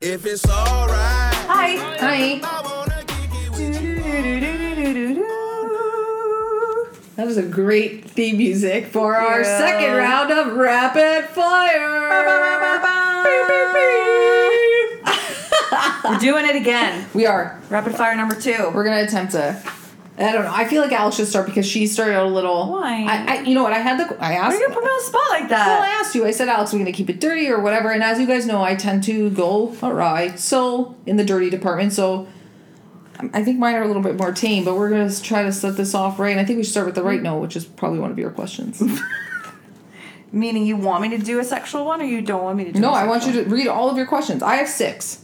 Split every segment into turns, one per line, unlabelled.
it's alright.
Hi.
Hi.
I wanna kick it with you.
That was a great theme music for our
Yeah.
second round of rapid fire.
We're doing it again.
we are.
Rapid fire number two.
We're gonna attempt to. I don't know. I feel like Alex should start because she started out a little.
Why?
I, I you know what? I had the. I
Why
asked.
are you gonna put me on the spot like
Well, I
that?
asked you. I said, Alex, we're going to keep it dirty or whatever. And as you guys know, I tend to go awry. So, in the dirty department. So, um, I- I think mine are a little bit more tame, but we're going to try to set this off right. And I think we should start with the
Mm-hmm.
right note, which is probably one of your questions.
Meaning you want me to do a sexual one, or you don't want me to? do
no,
a
I want you
sexual
to read all of your questions. I have six.
one?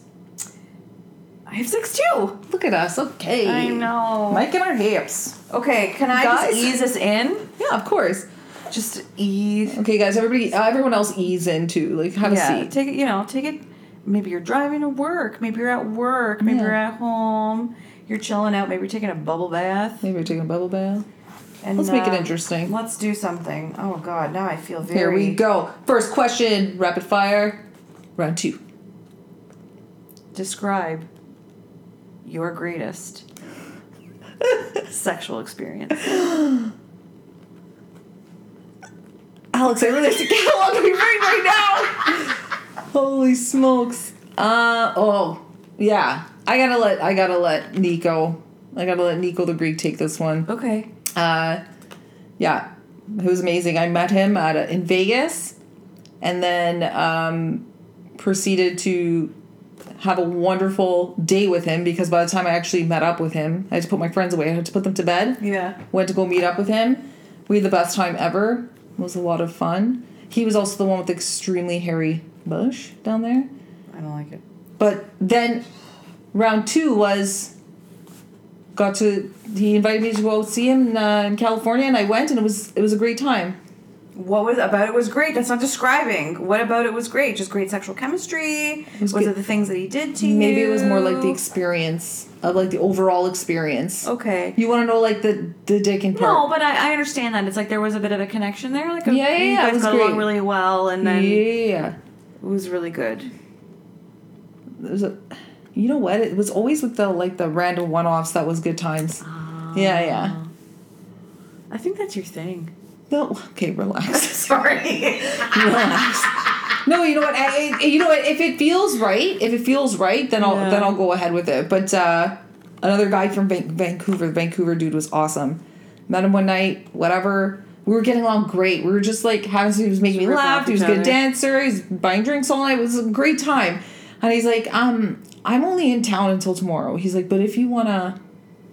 I have six too.
Look at us. Okay.
I know.
Mike and our hips.
Okay, can I
Guys?
just ease this in?
Yeah, of course.
Just ease.
Okay, guys, everybody, uh, everyone else ease in too. Like, have
Yeah,
a seat.
take it. You know, take it. Maybe you're driving to work. Maybe you're at work. Maybe
Yeah.
you're at home. You're chilling out. Maybe you're taking a bubble bath.
Maybe we're taking a bubble bath.
And
Let's make it
uh,
interesting.
Let's do something. Oh God, now I feel very.
Here we go. First question, rapid fire, round two.
Describe your greatest sexual experience.
Alex, I realized you can't look at me right now. Holy smokes. Uh oh. Yeah. I gotta let I gotta let Nico. I gotta let Nico the Greek take this one.
Okay.
Uh yeah. It was amazing. I met him at a, in Vegas and then um proceeded to have a wonderful day with him because by the time I actually met up with him, I had to put my friends away. I had to put them to bed
Yeah.
went to go meet up with him. We had the best time ever. It was a lot of fun. He was also the one with the extremely hairy bush down there.
I don't like it.
But then round two was got to he invited me to go see him in, uh, in California and I went and it was it was a great time.
What was about it was great. That's not describing. What about it was great? Just great sexual chemistry.
was
was
good.
it the things that he did to you? Oh.
Maybe it was more like the experience of like the overall experience.
Okay.
You want to know like the the dick and
No,
part.
but I, I understand that. It's like there was a bit of a connection there. Like, a,
Yeah, yeah,
you
yeah, it
guys
was
got
great.
along really well, and then it
yeah.
was really good.
It was a, you know what? It was always with the like the random one-offs that was good times.
Ah.
yeah, yeah.
I think that's your thing.
No, okay, relax,
Sorry.
relax. No, you know what? I, I- you know what? If it feels right, if it feels right, then I'll
Yeah.
then I'll go ahead with it. But uh, another guy from Van- Vancouver, the Vancouver dude was awesome. Met him one night, whatever. We were getting along great. We were just like having. He was making me
Ripping off
laugh. He
each
was a good
other.
dancer. He's buying drinks all night. It was a great time. And he's like, um, I'm only in town until tomorrow. He's like, but if you wanna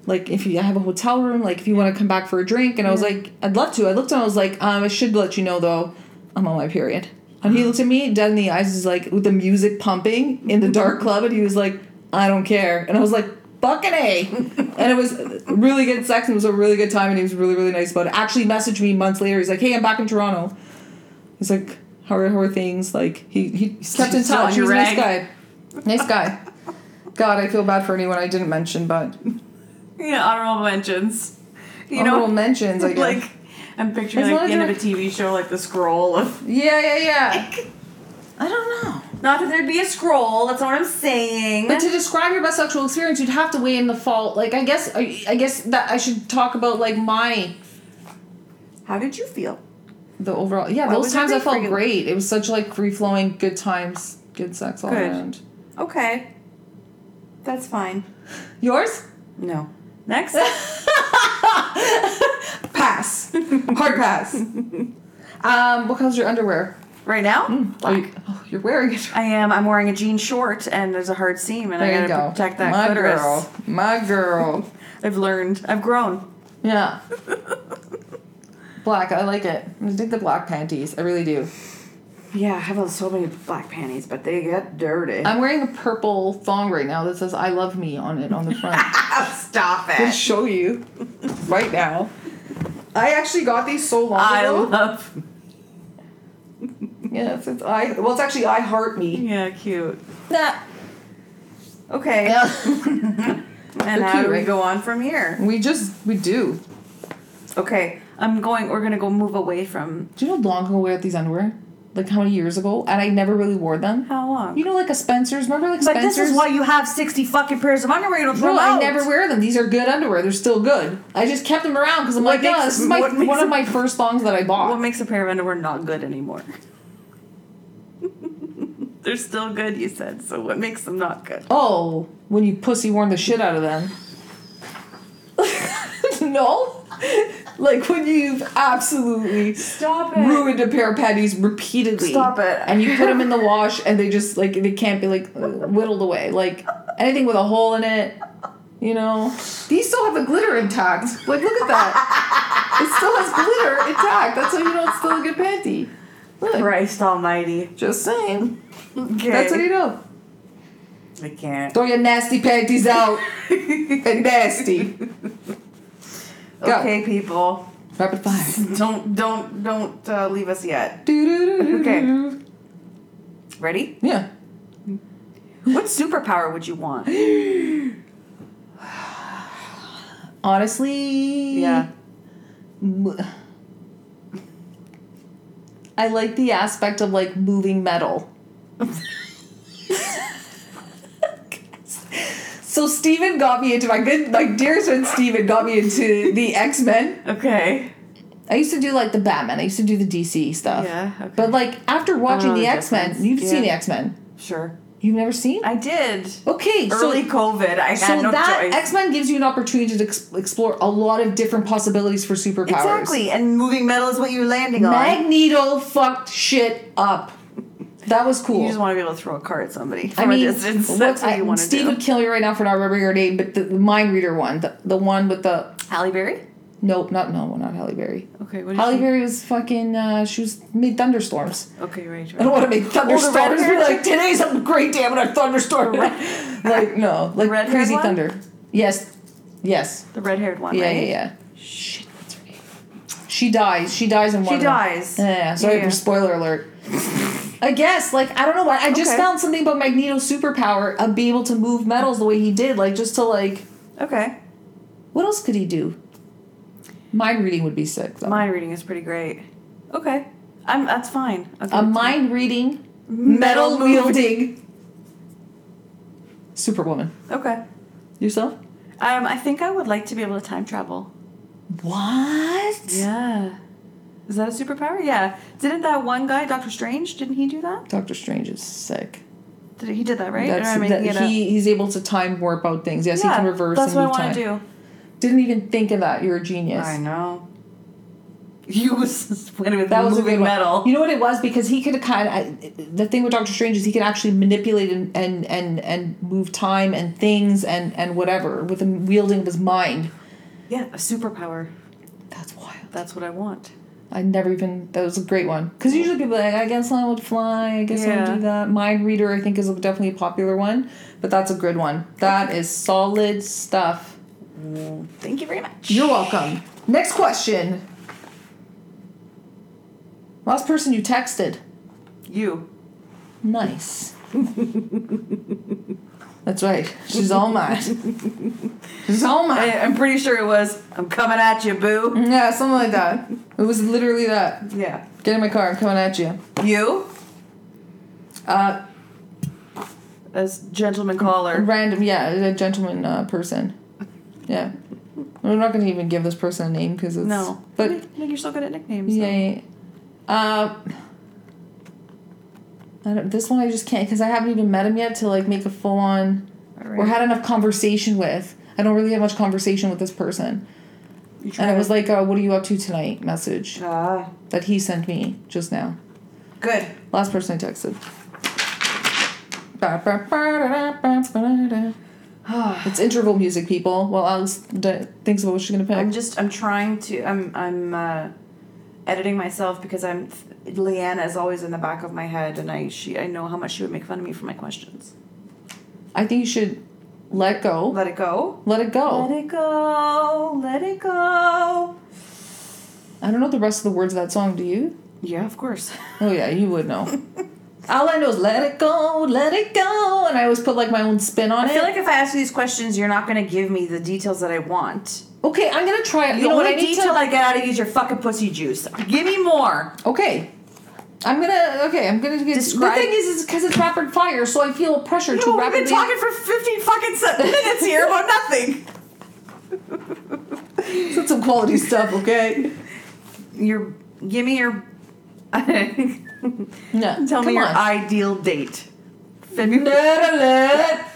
like if you I have a hotel room, like if you want to come back for a drink, and I was like, I'd love to. I looked and I was like, um, I should let you know though, I'm on my period. And he looked at me dead in the eyes, is like with the music pumping in the dark club, and he was like, I don't care. And I was like, fucking a. and it was really good sex, and it was a really good time, and he was really really nice about it. Actually, messaged me months later. He's like, Hey, I'm back in Toronto. He's like, How are how are things? Like he he kept in
Still on
touch. He
your
was a
rag?
nice guy. Nice guy. God, I feel bad for anyone I didn't mention, but
yeah, honorable mentions. You
honorable
know,
mentions. I guess.
like I'm picturing
As
like
long
the
as
end of a
you're-
TV show, like the scroll of.
yeah, yeah, yeah. I don't know.
Not that there'd be a scroll. That's not what I'm saying.
But to describe your best sexual experience, you'd have to weigh in the fault. Like, I guess, I, I guess that I should talk about like my
How did you feel?
the overall. Yeah,
Why
those
was it
times I
free
felt
for you?
great. It was such like free flowing, good times, good sex all
Good.
around.
Okay, that's fine.
Yours?
No. Next.
Pass. Hard pass. um, what color's your underwear?
right now.
Are you, oh, you're wearing it.
I am. I'm wearing a jean short, and there's a hard seam, and
There
I
you
gotta
go.
protect that
My
clitoris.
girl. My girl.
I've learned. I've grown.
Yeah. black, I like it. I dig the black panties. I really do.
Yeah, I have so many black panties, but they get dirty.
I'm wearing a purple thong right now that says I love me on it on the front.
Stop
I'll
it.
show you right now. I actually got these so long
I
ago.
love.
yes, it's I well it's actually I heart me.
Yeah, cute.
Nah.
Okay. and
They're
how
cute,
do we
right?
go on from here?
we just we do.
Okay, I'm going. We're gonna go move away from.
Do you know how long ago I wear these underwear? like how many years ago, and I never really wore them.
How long?
You know, like a Spencer's. Remember, like
But
Spencer's.
this is why you have sixty fucking pairs of underwear. You don't throw
No,
out.
I never wear them. These are good underwear. They're still good. I just kept them around because I'm
What
like, no,
makes-
this is my
what makes
one of
them-
my first thongs that I bought.
What makes a pair of underwear not good anymore? They're still good, you said. So what makes them not good?
oh, when you pussy worn the shit out of them. no, like when you've absolutely
Stop
ruined a pair of panties repeatedly.
Stop it.
And you put them in the wash, and they just like they can't be like whittled away. Like anything with a hole in it, you know. These still have the glitter intact. Like look at that. it still has glitter intact. That's how you know it's still a good panty. Look,
Christ Almighty.
just saying.
Okay.
That's how you know.
I can't.
Throw your nasty panties out. and nasty. Go.
Okay, people.
Rapid fire.
Don't don't don't uh, leave us yet.
Okay.
Ready?
Yeah.
What superpower would you want?
Honestly. mo- I like the aspect of like moving metal. so Steven got me into my good my dearest friend Steven got me into the X-Men.
Okay.
I used to do like the Batman. I used to do the DC stuff.
Yeah, okay.
But like after watching
Oh,
the
the
X-Men,
difference.
you've
Yeah.
seen the X-Men.
Sure.
You've never seen?
I did.
Okay,
Early
so
COVID. I had
so
no
that
choice.
X Men gives you an opportunity to ex- explore a lot of different possibilities for superpowers.
exactly. And moving metal is what you're landing on.
Magneto fucked shit up. That was cool.
You just want to be able to throw a car at somebody
I
from
mean,
a distance.
what's-
That's what
I-
you want to
Steve
do.
would kill you right now for not remembering your name, but the, the mind reader one, the, the one with the
Halle Berry.
nope, not no, not Halle Berry.
Okay. What did
Halle
she-
Berry was fucking. Uh, she was made thunderstorms.
Okay. Right.
I
right.
don't want to make thunderstorms.
red-haired
Be like today's a great day. I'm gonna thunderstorm. like no, like
red-haired
crazy
one?
thunder. Yes, yes.
The red-haired one.
Yeah,
right?
yeah, yeah. Shit, what's her name? She dies. She dies in one.
She
of them.
dies.
Yeah, yeah, sorry
Yeah.
for spoiler alert. I guess, like, I don't know why. I just
Okay.
found something about Magneto's superpower of being able to move metals the way he did. Like, just to, like,
Okay.
what else could he do? Mind reading would be sick, though.
Mind reading is pretty great. Okay. I'm. That's fine. Okay.
A mind reading,
Metal
metal wielding superwoman.
okay.
Yourself?
Um, I think I would like to be able to time travel.
What?
Yeah. Is that a superpower? Yeah. Didn't that one guy, Doctor Strange, didn't he do that?
Doctor Strange is sick.
Did he did that right? Or
That's,
am I making
that,
it
he, he's able to time warp out things. Yes,
up?
he
yeah,
can reverse
That's
and
what I want
move
to
time.
do.
Didn't even think of that. You're a genius.
I know. You was went with
That was a
moving
good one.
metal.
You know what it was because he could kind of. The thing with Doctor Strange is he could actually manipulate and and and, and move time and things and and whatever with the wielding of his mind.
yeah, a superpower.
That's wild.
That's what I want.
I never even. That was a great one because usually people are like I guess I would fly. I guess I would
Yeah.
do that. Mind reader I think is definitely a popular one, but that's a good one. That is solid stuff.
Thank you very much.
You're welcome. Next question. Last person you texted.
You.
Nice. That's right. She's all mine. She's all
I,
mine.
I'm pretty sure it was. I'm coming at you, boo.
Yeah, something like that. It was literally that.
Yeah.
Get in my car. I'm coming at you.
You,
Uh,
as gentleman caller.
random. Yeah, a gentleman uh, person. Yeah. I'm not gonna even give this person a name because it's
No.
But
I think you're so good at nicknames.
yeah,
though.
yeah. Uh, I don't. This one I just can't because I haven't even met him yet to like make a full on
All right.
or had enough conversation with. I don't really have much conversation with this person.
You try
And it
to-
was like, uh, what are you up to tonight message
Ah,
that he sent me just now.
good.
Last person I texted. Ba-ba-ba-da-da-ba-ba-da-da. It's interval music, people. While Alex d- thinks about what she's gonna pick.
I'm just I'm trying to I'm I'm uh, editing myself because I'm Leanna is always in the back of my head and I she I know how much she would make fun of me for my questions.
I think you should let go.
Let it go.
Let it
Let
go.
it go. Let it go.
I don't know the rest of the words of that song. Do you?
Yeah, of course.
Oh yeah, you would know. All I know is let it go, let it go, and I always put like my own spin on
I
it.
feel like if I ask you these questions, you're not going to give me the details that I want.
okay, I'm gonna try it. You know
the
what
only
I need
detail
to.
I get out of you is your fucking pussy juice. Give me more.
Okay. I'm gonna okay. I'm gonna get
Describe-
the thing is is because it's rapid fire, so I feel pressure to
No, we've
rapidly.
been talking for 15 fucking se- minutes here about nothing.
That's some quality stuff, okay?
Your, give me your,
No,
tell me
come
your
on.
ideal date. February.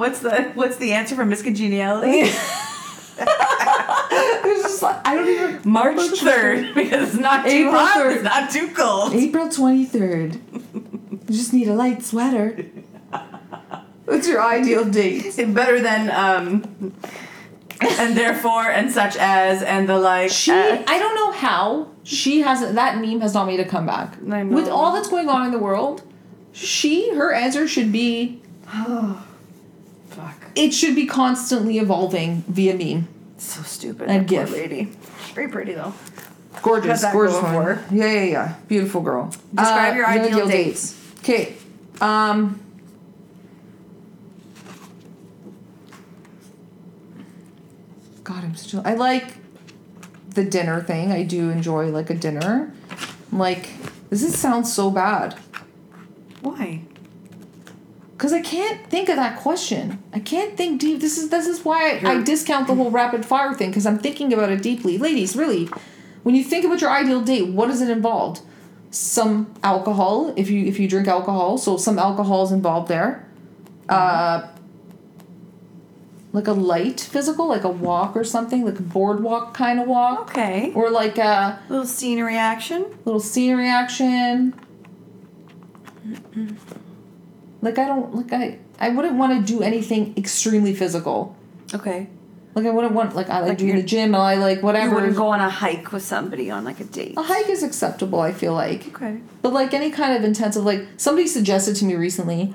What's the what's the answer for miscongeniality?
It's just like- I don't even.
March third because it's not too
April
hot,
3rd.
it's not too cold.
April twenty third. You just need a light sweater. What's your ideal date?
It's better than um, and therefore and such as and the like.
She,
uh,
I don't know how she hasn't. That meme has not made a comeback.
I
With
know.
all that's going on in the world, she her answer should be
fuck,
it should be constantly evolving via meme.
so stupid.
And
that poor
gif.
lady. She's very pretty though. How's
Gorgeous,
that
gorgeous
going for
one.
her?
Yeah, yeah, yeah. Beautiful girl. Uh,
Describe your ideal date.
Okay. Um. God, I'm such. A, I like the dinner thing. I do enjoy like a dinner. Like this is, sounds so bad
Why?
because I can't think of that question. I can't think deep. This is this is why I, I discount the whole rapid fire thing because I'm thinking about it deeply. Ladies, really, when you think about your ideal date, what is it involved? Some alcohol, if you if you drink alcohol, so some alcohol is involved there. Uh, like a light physical, like a walk or something, like a boardwalk kind of walk,
Okay.
or like uh, a
Little scenery action.
little scenery action. Like I don't like I I wouldn't want to do anything extremely physical.
Okay.
Like I wouldn't want like I like,
Like
doing the
you're-
gym. I like
You
whatever.
wouldn't go on a hike with somebody on like a date.
a hike is acceptable. I feel like,
Okay.
but like any kind of intensive like somebody suggested to me recently,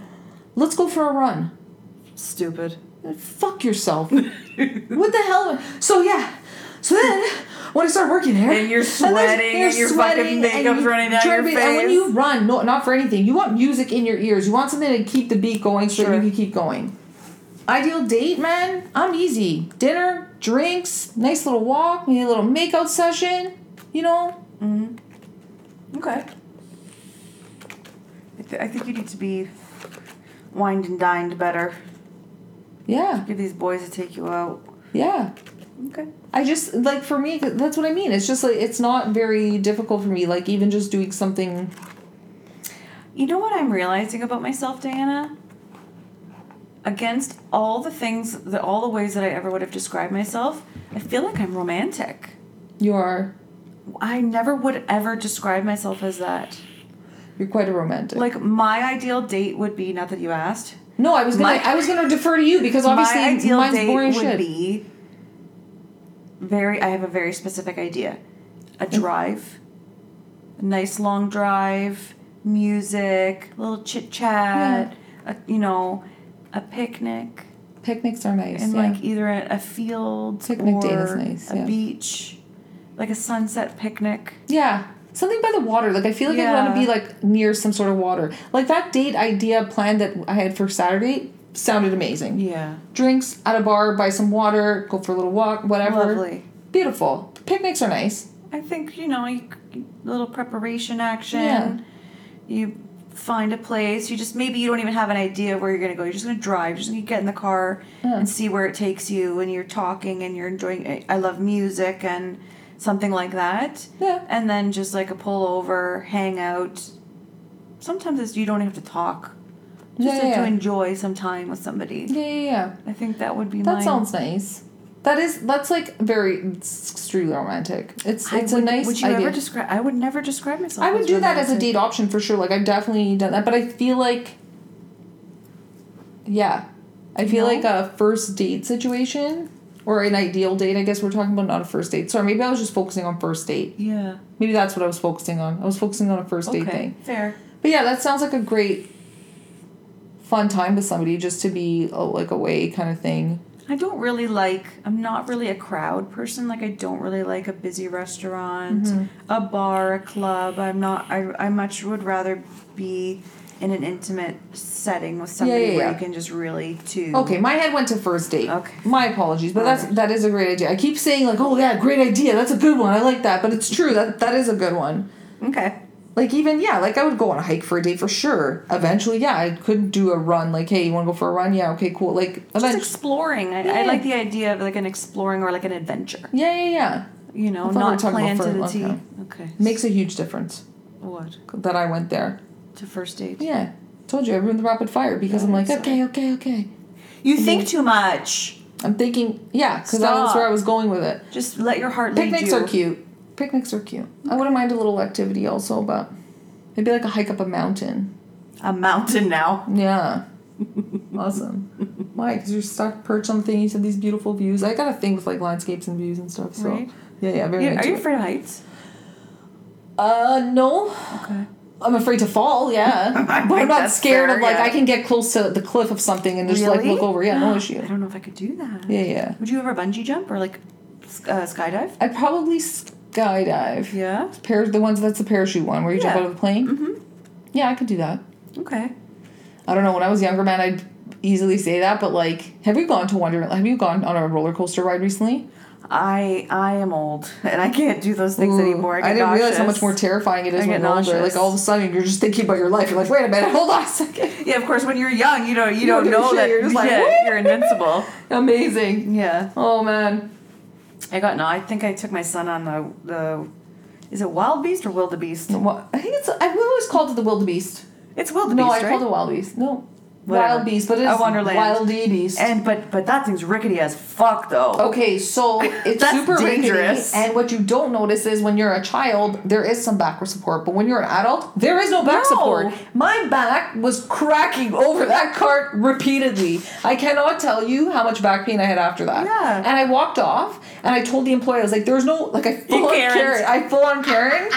let's go for a run.
Stupid.
Fuck yourself. what the hell? So yeah. So then, when I start working there,
And you're
there's-
sweating and your fucking makeup's
you-
running down
trying
your
to be- And when
face.
you run, no, not for anything. You want music in your ears. You want something to keep the beat going, so that
Sure.
you can keep going. Ideal date, man. I'm easy. Dinner, drinks, nice little walk, maybe a little makeout session. You know,
Okay. I, th- I think you need to be wined and dined better.
yeah,
Give these boys to take you out.
yeah.
Okay.
I just like for me that's what I mean. It's just like it's not very difficult for me. Like even just doing something.
You know what I'm realizing about myself, Diana? Against all the things, the, all the ways that I ever would have described myself, I feel like I'm romantic.
You are
I never would ever describe myself as that.
You're quite a romantic.
Like my ideal date would be not that you asked.
no, I was gonna
my-
I was gonna defer to you because obviously
my ideal
mine's
date
boring
would
as shit.
be very. I have a very specific idea. A drive, a nice long drive, music, a little chit chat, a you know, a picnic,
Picnics are nice.
and
yeah.
like either a, a field
Picnic
or
date is nice,
a
yeah.
beach, like a sunset picnic.
yeah. Something by the water. Like I feel like I want to
Yeah.
be like near some sort of water. Like that date idea plan that I had for Saturday sounded amazing.
Yeah,
Drinks at a bar, buy some water, go for a little walk, whatever.
lovely.
Beautiful. Picnics are nice.
I think you know, you, little preparation action.
Yeah.
You find a place. You just maybe you don't even have an idea where you're gonna go. You're just gonna drive. You're just gonna get in the car
Yeah.
and see where it takes you. And you're talking and you're enjoying. It. I love music and something like that.
Yeah.
And then just like a pull over, hang out. Sometimes it's, you don't have to talk. Just
yeah,
have
yeah,
to
yeah.
enjoy some time with somebody.
yeah, yeah, yeah.
I think that would be
That
mine.
sounds nice. That is that's like very it's extremely romantic. It's
I
it's
would,
a nice
Would you
idea.
ever describe? I would never describe myself.
I would do that as a
romantic.
date option for sure. Like I've definitely done that, but I feel like, yeah, I feel
No?
like a first date situation or an ideal date. I guess we're talking about not a first date. Sorry, maybe I was just focusing on first date.
Yeah.
Maybe that's what I was focusing on. I was focusing on a first date
Okay.
thing.
Fair.
But yeah, that sounds like a great, fun time with somebody just to be oh, like away kind of thing.
I don't really like. I'm not really a crowd person. Like I don't really like a busy restaurant,
Mm-hmm.
a bar, a club. I'm not. I I much would rather be in an intimate setting with somebody
yeah,
where
yeah.
you can just really to.
Okay, my head went to first date.
Okay.
My apologies, but that's that is a great idea. I keep saying like, oh yeah, great idea. That's a good one. I like that, but it's true. That that is a good one.
Okay.
Like even yeah, like I would go on a hike for a day for sure. Eventually, yeah, I could do a run. Like, hey, you want to go for a run? Yeah, okay, cool. Like,
Just
eventually,
exploring. I, I
Yeah.
like the idea of like an exploring or like an adventure.
yeah, yeah, yeah.
You know,
I thought we
not
were talking
planned
about
to the
fur-
T.
okay.
Okay.
Makes a huge difference
what
that I went there.
to first date?
Yeah, told you I ruined the rapid fire because I'm like,
That is-
okay, okay, okay.
You think too much.
I'm thinking, yeah, because that's
Stop.
where I was going with it.
Just let your heart lead
Picnics
you.
are cute. Picnics are cute. I wouldn't mind a little activity also, but maybe like a hike up a mountain.
A mountain now.
Yeah. awesome. Why? Because you're stuck perched on the thing. You said these beautiful views. I got a thing with like landscapes and views and stuff. So
Right.
yeah, yeah, very.
Yeah,
into
are you
it.
afraid of heights?
Uh, no.
Okay.
I'm afraid to fall. Yeah. but
think
I'm not
that's
scared
fair,
of like
yeah.
I can get close to the cliff of something and just like
Really?
look over. Yeah, no
I
issue.
don't know if I could do that.
Yeah, yeah.
Would you ever bungee jump or like s- uh, skydive?
I probably skydive.
Yeah.
Par- the ones that's the parachute one where you jump
Yeah.
out of the plane. Mm-hmm. Yeah, I could do that.
Okay.
I don't know. When I was younger, man, I'd easily say that. But like, have you gone to Wonderland? Have you gone on a roller coaster ride recently?
I I am old and I can't do those things
Ooh,
anymore. I, get
Mm. didn't realize how much
nauseous.
more terrifying it is
I get
when you're older.
nauseous.
Like all of a sudden, you're just thinking about your life. You're like, wait a minute, hold on a second.
Yeah, of course. When you're young, you don't you, don't,
don't give a
know
shit,
that
you're just like,
yeah,
"Woo!"
you're invincible.
Amazing.
Yeah,
Oh man.
I got no. I think I took my son on the the. Is it Wild Beast or Wildebeest?
What? I think it's. I've always called it the wildebeest.
It's Wildebeest,
no, I
right?
called it wild beast. No,
Whatever.
wild beast, but
A
it's
Wonderland.
wild beast.
and but but that thing's rickety as fuck though.
Okay, so it's
Oh. That's
super dangerous.
dangerous.
And what you don't notice is when you're a child, there is some back support, but when you're an adult, there is no
No.
back support. My back was cracking over that cart repeatedly. I cannot tell you how much back pain I had after that.
Yeah.
And I walked off and I told the employee, I was like, there's no like I full on
Karen'd.
Karen. I full on Karen.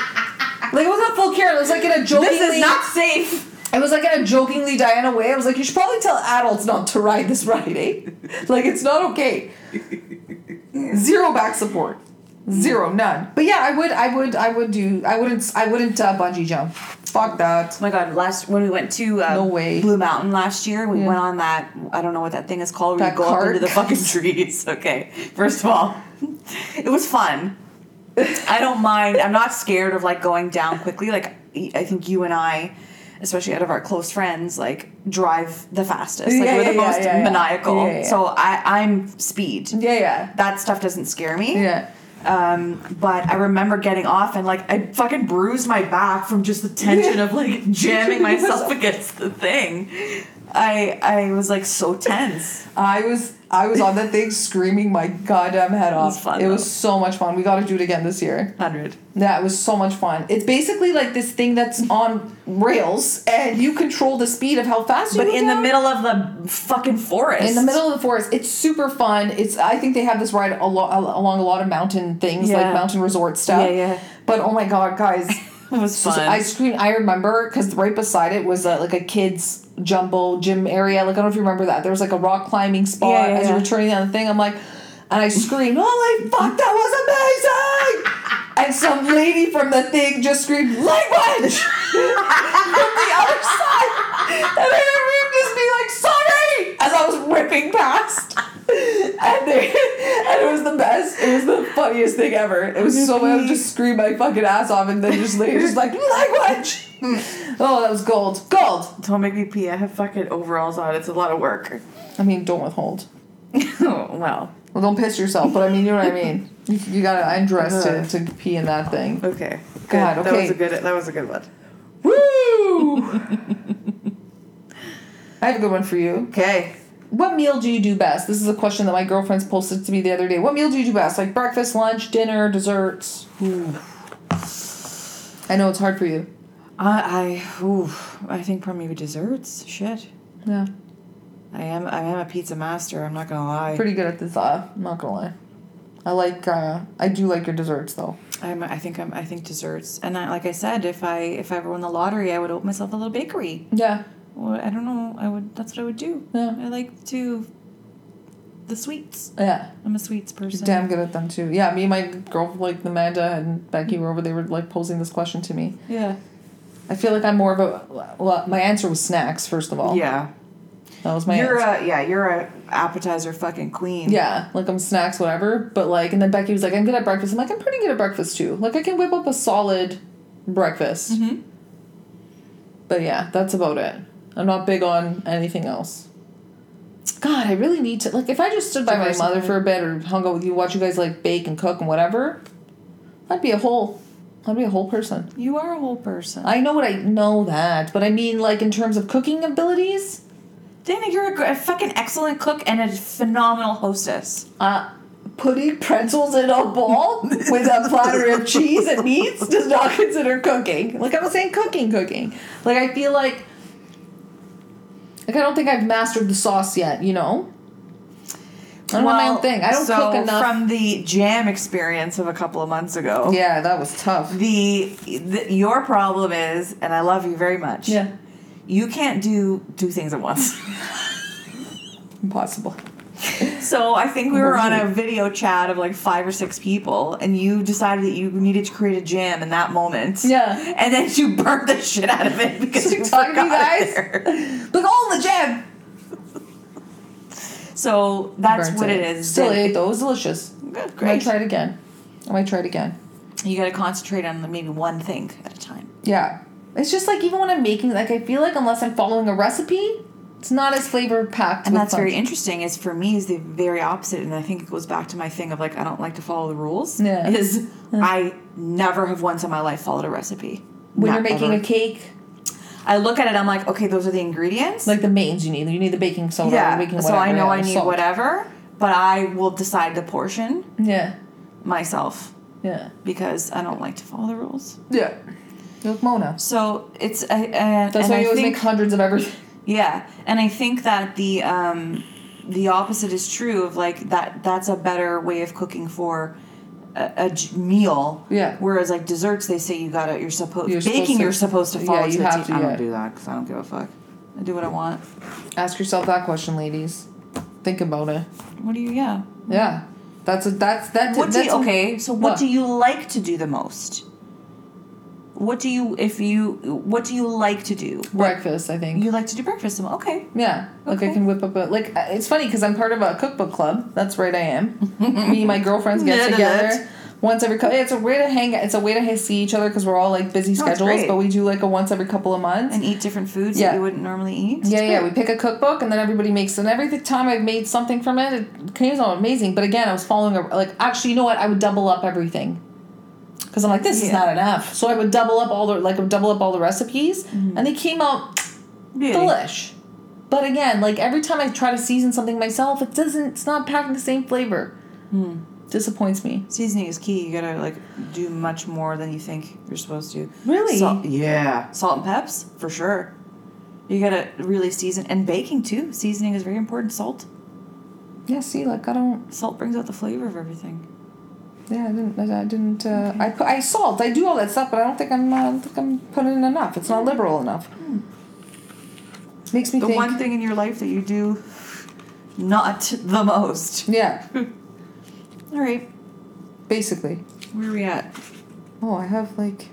Like it wasn't full Karen, it was like in a jokingly
This is not safe.
it was like in a jokingly Diana way. I was like, you should probably tell adults not to ride this ride, eh? like it's not okay. Zero back support. Zero, none. But yeah, I would, I would, I would do. I wouldn't, I wouldn't uh, bungee jump. Fuck that.
Oh my god! Last when we went to uh,
No way.
Blue Mountain last year, we
Yeah.
went on that. I don't know what that thing is called. Where
That
you go up
cart?
into the fucking trees. Okay, first of all, it was fun. I don't mind. I'm not scared of like going down quickly. Like I think you and I, especially out of our close friends, like drive the fastest. Like
Yeah,
we're the
yeah, yeah,
most
yeah, yeah.
maniacal.
Yeah, yeah.
So I, I'm speed.
Yeah, yeah,
That stuff doesn't scare me.
yeah.
Um, but I remember getting off and like I fucking bruised my back from just the tension of like jamming myself against the thing. I I was like so tense.
I was, I was on that thing screaming my goddamn head off. It was,
fun, though.
so much fun. We got to do it again this year.
Hundred.
Yeah, it was so much fun. It's basically like this thing that's on rails, and you control the speed of how fast you.
But
go
in the
down.
middle of the fucking forest.
in the middle of the forest. It's super fun. It's I think they have this ride a lo- along a lot of mountain things like
Yeah.
mountain resort stuff.
Yeah, yeah.
But oh my god, guys,
It was fun.
I screamed. I remember because right beside it was a, like a kids jumbo gym area. Like I don't know if you remember that. There was like a rock climbing spot
Yeah, yeah,
as you were
yeah.
turning down the thing. I'm like, and I screamed, "Holy fuck, that was amazing!" And some lady from the thing just screamed, "Language!" from the other side. And I remember him just being like, sorry! As I was ripping past. And, they, and it was the best. It was the funniest thing ever. It was so I would just scream my fucking ass off and then just like, just like language. Oh, that was gold. Gold.
Don't make me pee. I have fucking overalls on. It's a lot of work.
I mean, don't withhold.
oh, well.
Well, don't piss yourself, but I mean, you know what I mean. You, you gotta undress to, to pee in that thing.
Okay. Good.
God,
That was
okay.
a good that was a good one.
Woo! I have a good one for you.
Okay.
What meal do you do best? This is a question that my girlfriend's posted to me the other day. What meal do you do best? Like breakfast, lunch, dinner, desserts? I know it's hard for you.
I I ooh, I think probably desserts. Shit.
Yeah.
I am I am a pizza master, I'm not gonna lie.
Pretty good at this, uh, I'm not gonna lie. I like, uh, I do like your desserts though.
I'm, I think I'm. I think desserts, and I, like I said, if I if I ever won the lottery, I would open myself a little bakery.
Yeah.
Well, I don't know. I would. That's what I would do.
Yeah.
I like to. The sweets.
Yeah.
I'm a sweets person.
Damn good at them too. Yeah, me and my girl, like Amanda and Becky were over, they were like posing this question to me.
Yeah.
I feel like I'm more of a, well, my answer was snacks, first of all.
Yeah.
That was my
you're
answer.
a yeah. You're a appetizer fucking queen.
Yeah, like I'm snacks, whatever. But like, and then Becky was like, I'm good at breakfast. I'm like, I'm pretty good at breakfast too. Like, I can whip up a solid breakfast. But yeah, that's about it. I'm not big on anything else. God, I really need to like if I just stood by my mother for a bit or hung out with you, watch you guys like bake and cook and whatever, I'd be a whole I'd be a whole person.
You are a whole person.
I know what I know that, but I mean like in terms of cooking abilities,
Dana, you're a, gr- a fucking excellent cook and a phenomenal hostess.
uh putting pretzels in a bowl with a platter of cheese and meats does not consider cooking. Like I'm not saying cooking cooking. Like I feel like like I don't think I've mastered the sauce yet, you know? I don't know my own thing. I don't
so
cook enough.
From the jam experience of a couple of months ago,
yeah, that was tough.
the, the your problem is, and I love you very much.
Yeah.
you can't do two things at once.
Impossible.
so I think we were on a video chat of like five or six people, and you decided that you needed to create a jam in that moment.
Yeah.
and then you burnt the shit out of it because you
Talking to
forgot
you guys?
There.
Like all in the jam.
So that's
Burnt
what
it.
it is.
Still
Then-
ate though. It was delicious.
Good,
I might
great.
try it again. I might try it again.
You got to concentrate on maybe one thing at a time.
Yeah. It's just like even when I'm making, like I feel like unless I'm following a recipe, it's not as flavor packed.
and that's very interesting is for me is the very opposite and i think it goes back to my thing of like i don't like to follow the rules
Yeah.
is i never have once in my life followed a recipe
when
Not
you're making
ever.
a cake,
i look at it i'm like okay those are the ingredients
like the mains you need. You need the baking soda.
yeah
the baking
so i
whatever,
know
yeah,
i
the
need
salt.
whatever but i will decide the portion
Yeah.
myself
Yeah.
because i don't like to follow the rules
Yeah. Like Mona.
so it's I and,
That's
and
why
I
you always
think,
make hundreds of everything.
Yeah, and I think that the um, the opposite is true of like that. That's a better way of cooking for a, a j- meal.
Yeah.
Whereas like desserts, they say you gotta you're supposed
You're
baking.
supposed to-
you're supposed to
Yeah,
follow.
you
to a
have
T.
to,
I
yeah.
don't do that because I don't give a fuck. I do what I want.
Ask yourself that question, ladies. Think about it.
What do you? Yeah.
Yeah. That's a, that's that.
What do
that's
you,
a-
okay? So what,
What?
do you like to do the most? What do you if you what do you like to do?
breakfast. I think.
You like to do breakfast. the mo- Okay.
Yeah, like I
Okay.
can whip up a like. uh, It's funny because I'm part of a cookbook club. That's right, I am. Me and my girlfriends
Yeah,
get
that-
together once every. cou- It's a way to hang. It's a way to ha- see each other because we're all like busy
No, it's
schedules,
great.
but we do like a once every couple of months.
And eat different foods
Yeah.
that you wouldn't normally eat.
yeah, yeah, we pick a cookbook and then everybody makes. And every time I've made something from it, it came out amazing. But again, I was following a like. Actually, you know what? I would double up everything. Because I'm like, this is
Yeah.
not enough. So I would double up all the like, I would double up all the recipes,
Mm-hmm.
and they came out
Really?
delish. But again, like every time I try to season something myself, it doesn't. It's not packing the same flavor. Hmm. Disappoints me.
Seasoning is key. You gotta like do much more than you think you're supposed to.
Really?
Salt, yeah. Salt and peps for sure. You gotta really season and baking too. Seasoning is very important. Salt,
Yeah. See, like I don't.
salt brings out the flavor of everything.
Yeah, I didn't. I didn't. Uh, I put. I salt. I do all that stuff, but I don't think I'm. uh, I don't think I'm putting in enough. It's not liberal enough. Makes me
The
think.
one thing in your life that you do not the most.
yeah.
All right,
Basically.
where are we at?
Oh, I have like.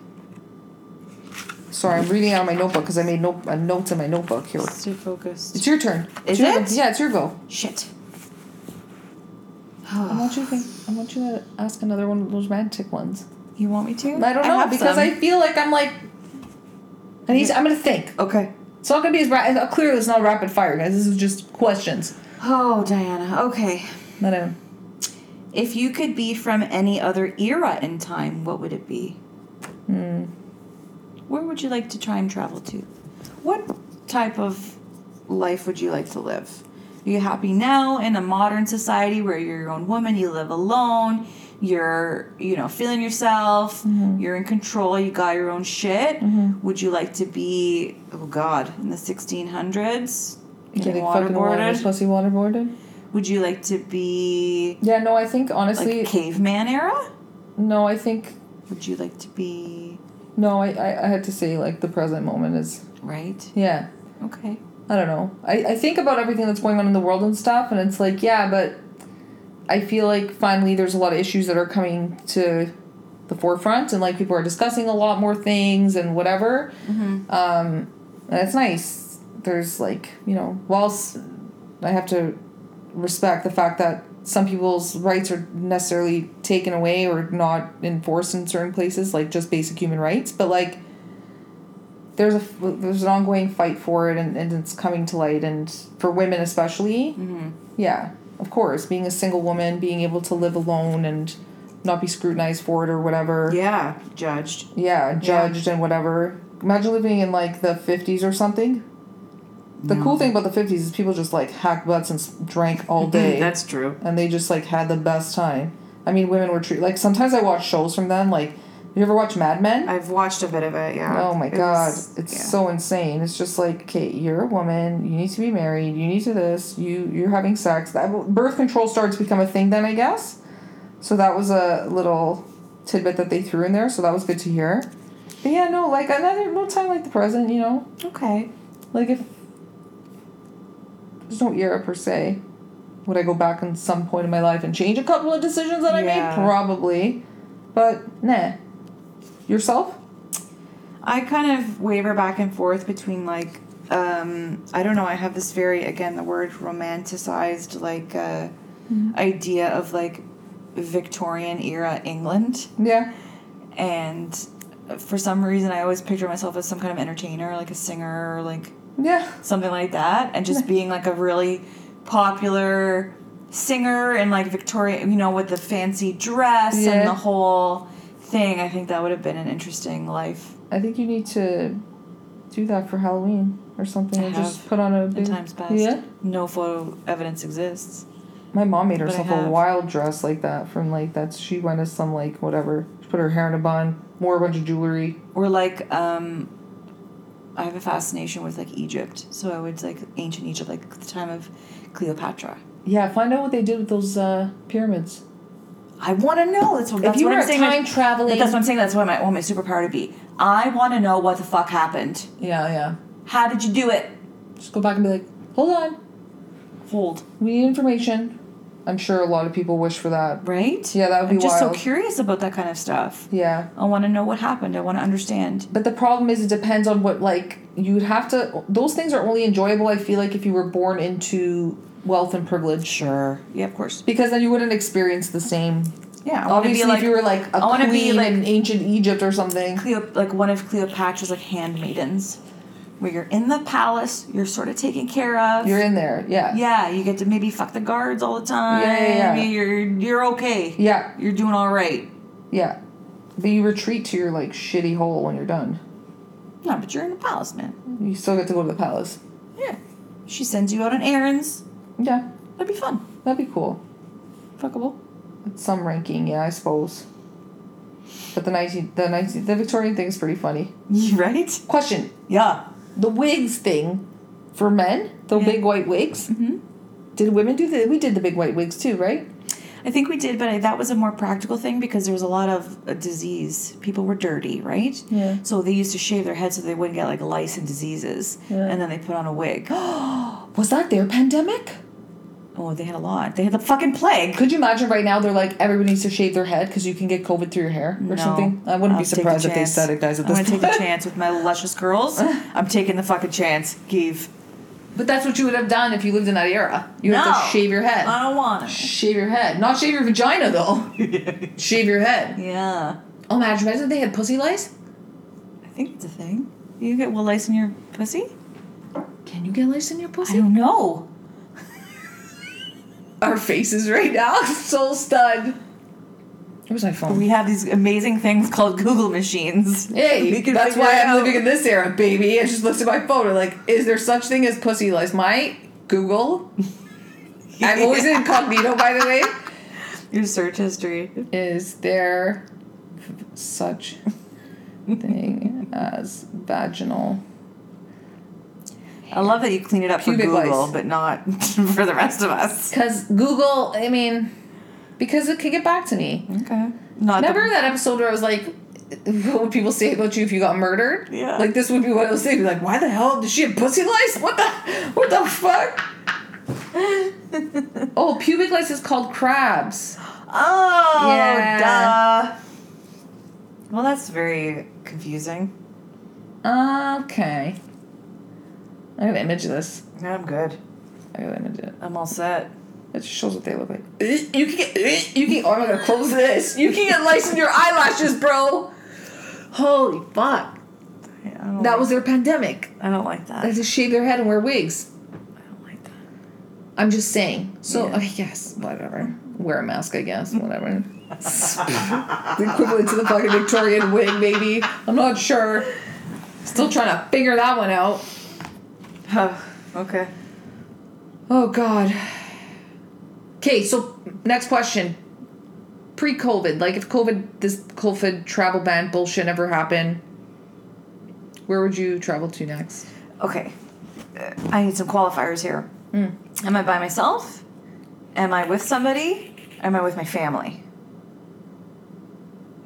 Sorry, I'm reading out of my notebook because I made no, uh, notes in my notebook here.
Stay focused.
It's your turn.
Is
It's your,
it?
Yeah, it's your go.
Shit.
I want you to think. I want you to ask another one of those romantic ones.
You want me to?
I don't know
have
because
some.
I feel like I'm like. I need. to- I'm gonna think.
Okay.
It's not gonna be as ra- clearly. It's not rapid fire, guys. This is just questions.
Oh, Diana. Okay.
Not even.
If you could be from any other era in time, what would it be?
Hmm.
Where would you like to time travel to? What type of life would you like to live? Are you happy now in a modern society where you're your own woman, you live alone, you're, you know, feeling yourself,
Mm-hmm.
you're in control, you got your own shit? Would you like to be, oh God, in the 1600s? Getting
fucking
waterboarded?
Pussy waterboarded.
Would you like to be
Yeah. No, I think
like
honestly.
caveman era?
no, I think.
Would you like to be
No, I, I I had to say like the present moment is
right?
yeah.
Okay.
I don't know. I, I think about everything that's going on in the world and stuff, and it's like, yeah, but I feel like finally there's a lot of issues that are coming to the forefront, and like people are discussing a lot more things and whatever. Um, and it's nice. There's like, you know, whilst I have to respect the fact that some people's rights are necessarily taken away or not enforced in certain places, like just basic human rights, but like there's a there's an ongoing fight for it, and, and it's coming to light, and for women especially. Yeah, of course, being a single woman, being able to live alone, and not be scrutinized for it or whatever.
Yeah, judged.
Yeah, judged and whatever. Imagine living in like the fifties or something. The cool thing about the fifties is people just like hack butts and s- drank all day
That's true.
and they just like had the best time. I mean, women were treated like sometimes I watch shows from them. Like, you ever watch Mad Men?
I've watched a bit of it. Yeah.
oh my
It
god,
was-
it's
yeah.
so insane. It's just like, okay, you're a woman. You need to be married. You need to this. You you're having sex. That birth control starts to become a thing then, I guess. So that was a little tidbit that they threw in there. So that was good to hear. But yeah, no, like another no time like the present. You know,
okay.
like if there's no era per se, would I go back in some point in my life and change a couple of decisions that I
Yeah.
made? Probably, but nah. Yourself?
I kind of waver back and forth between like um, I don't know. I have this very again the word romanticized like uh, idea of like Victorian era England,
Yeah.
and for some reason I always picture myself as some kind of entertainer, like a singer, or like
Yeah.
something like that, and just being like a really popular singer and like Victoria, you know, with the fancy dress
Yeah.
and the whole thing. I think that would have been an interesting life.
I think you need to do that for Halloween or something.
I
and just
have
put on a
in
big.
times past.
Yeah.
No photo evidence exists.
My mom made
But I
herself
have.
a wild dress like that from like that's she went as some like whatever. She put her hair in a bun, wore a bunch of jewelry.
Or like, um, I have a fascination with like Egypt, so I would like ancient Egypt, like the time of Cleopatra.
Yeah, find out what they did with those uh, pyramids.
I want to know. That's what, that's
if you
what
were
I'm
a
saying.
time traveling,
But that's what I'm saying. That's what my, I want my superpower to be. I want to know what the fuck happened.
yeah, yeah.
How did you do it?
Just go back and be like, hold on,
Hold.
we need information. I'm sure a lot of people wish for that.
Right?
Yeah, that would be
I'm just
wild.
so curious about that kind of stuff.
Yeah.
I want to know what happened. I want to understand.
But the problem is, it depends on what, like, you'd have to. Those things are only enjoyable, I feel like, if you were born into wealth and privilege. Sure.
Yeah, of course.
Because then you wouldn't experience the same.
Yeah. I wanna be
Obviously,
like-
if you were, like, a
I wanna
queen
be like
in ancient Egypt or something.
Cleo, like one of Cleopatra's like handmaidens, where you're in the palace, you're sort of taken care of.
You're in there, yeah.
yeah, you get to maybe fuck the guards all the time.
Yeah, yeah, yeah.
You're you're okay.
Yeah,
You're doing all right.
yeah. But you retreat to your, like, shitty hole when you're done.
No, but you're in the palace, man.
You still get to go to the palace.
Yeah. She sends you out on errands.
Yeah,
That'd be fun.
that'd be cool.
Fuckable.
Some ranking, yeah, I suppose. But the nineteen, the nineteen, the Victorian thing's pretty funny.
You right?
Question:
Yeah.
The wigs thing for men, the
Yeah.
big white wigs. Mm-hmm. Did women do the? We did the big white wigs too, right?
I think we did, but I, that was a more practical thing because there was a lot of uh, disease. People were dirty, right?
Yeah.
So they used to shave their heads so they wouldn't get like lice and diseases,
Yeah.
and then they put on a wig.
Was that their pandemic?
Oh, they had a lot. They had the fucking plague.
Could you imagine right now? They're like everybody needs to shave their head because you can get COVID through your hair
No.
or something. I wouldn't
I'll
be
take the
surprised if they
chance.
said it, guys. At
I'm
this
gonna
point,
take the chance with my luscious girls. I'm taking the fucking chance. Give.
but that's what you would have done if you lived in that era. You would have to shave your head.
I don't want it.
Shave your head, not shave your vagina though. shave your head.
Yeah.
Oh, imagine, imagine if they had pussy lice.
I think it's a thing. You get well lice in your pussy?
Can you get lice in your
I
pussy?
don't know.
Our faces right now. I'm so stunned. Where's my phone?
We have these amazing things called Google machines.
hey,
We can
that's
figure
why
it
I'm
out.
living in this era, baby. I just looked at my phone. I'm like, is there such thing as pussy lice? My Google. I'm always incognito, by the way.
Your search history.
Is there such thing as vaginal?
I love that you clean it up for
Pubic
Google,
lice.
but not for the rest of us.
Because Google, I mean, because it could get back to me.
Okay. Not the-
Remember that episode where I was like, what would people say about you if you got murdered?
Yeah.
Like this would be what I was saying. Like, why the hell does she have pussy lice? What the what the fuck? oh, pubic lice is called crabs.
Oh,
Yeah.
duh. Well, that's very confusing.
Okay. I gotta image this.
I'm good.
I gotta image it.
I'm all set.
It just shows what they look like. Eh, You can get you can oh I'm gonna close this. You can get lice in your eyelashes, bro. Holy fuck.
I don't
That
like-
was their pandemic.
I don't like that.
They just shave their head and wear wigs.
I don't like that.
I'm just saying. So
Yeah.
I guess whatever. Wear a mask, I guess. Whatever. the equivalent to the fucking Victorian wig, maybe. I'm not sure. Still trying to figure that one out.
Huh. Okay.
Oh God. Okay, so next question. Pre-COVID, like if COVID, this COVID travel ban bullshit never happened, where would you travel to next?
Okay. Uh, I need some qualifiers here.
Hmm.
Am I by myself? Am I with somebody? Am I with my family?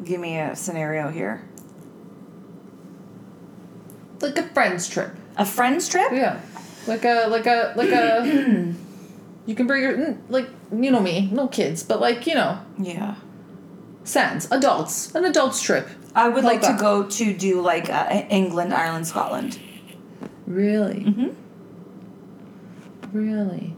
Give me a scenario here.
Like a friends trip.
A friends trip?
Yeah. Like a like a like a. you can bring your mm, like you know me, no kids, but like you know,
Yeah.
sans adults, an adults trip.
I would like to
Hoboken.
go to do like uh, England, Ireland, Scotland.
Really. Mm-hmm. Really.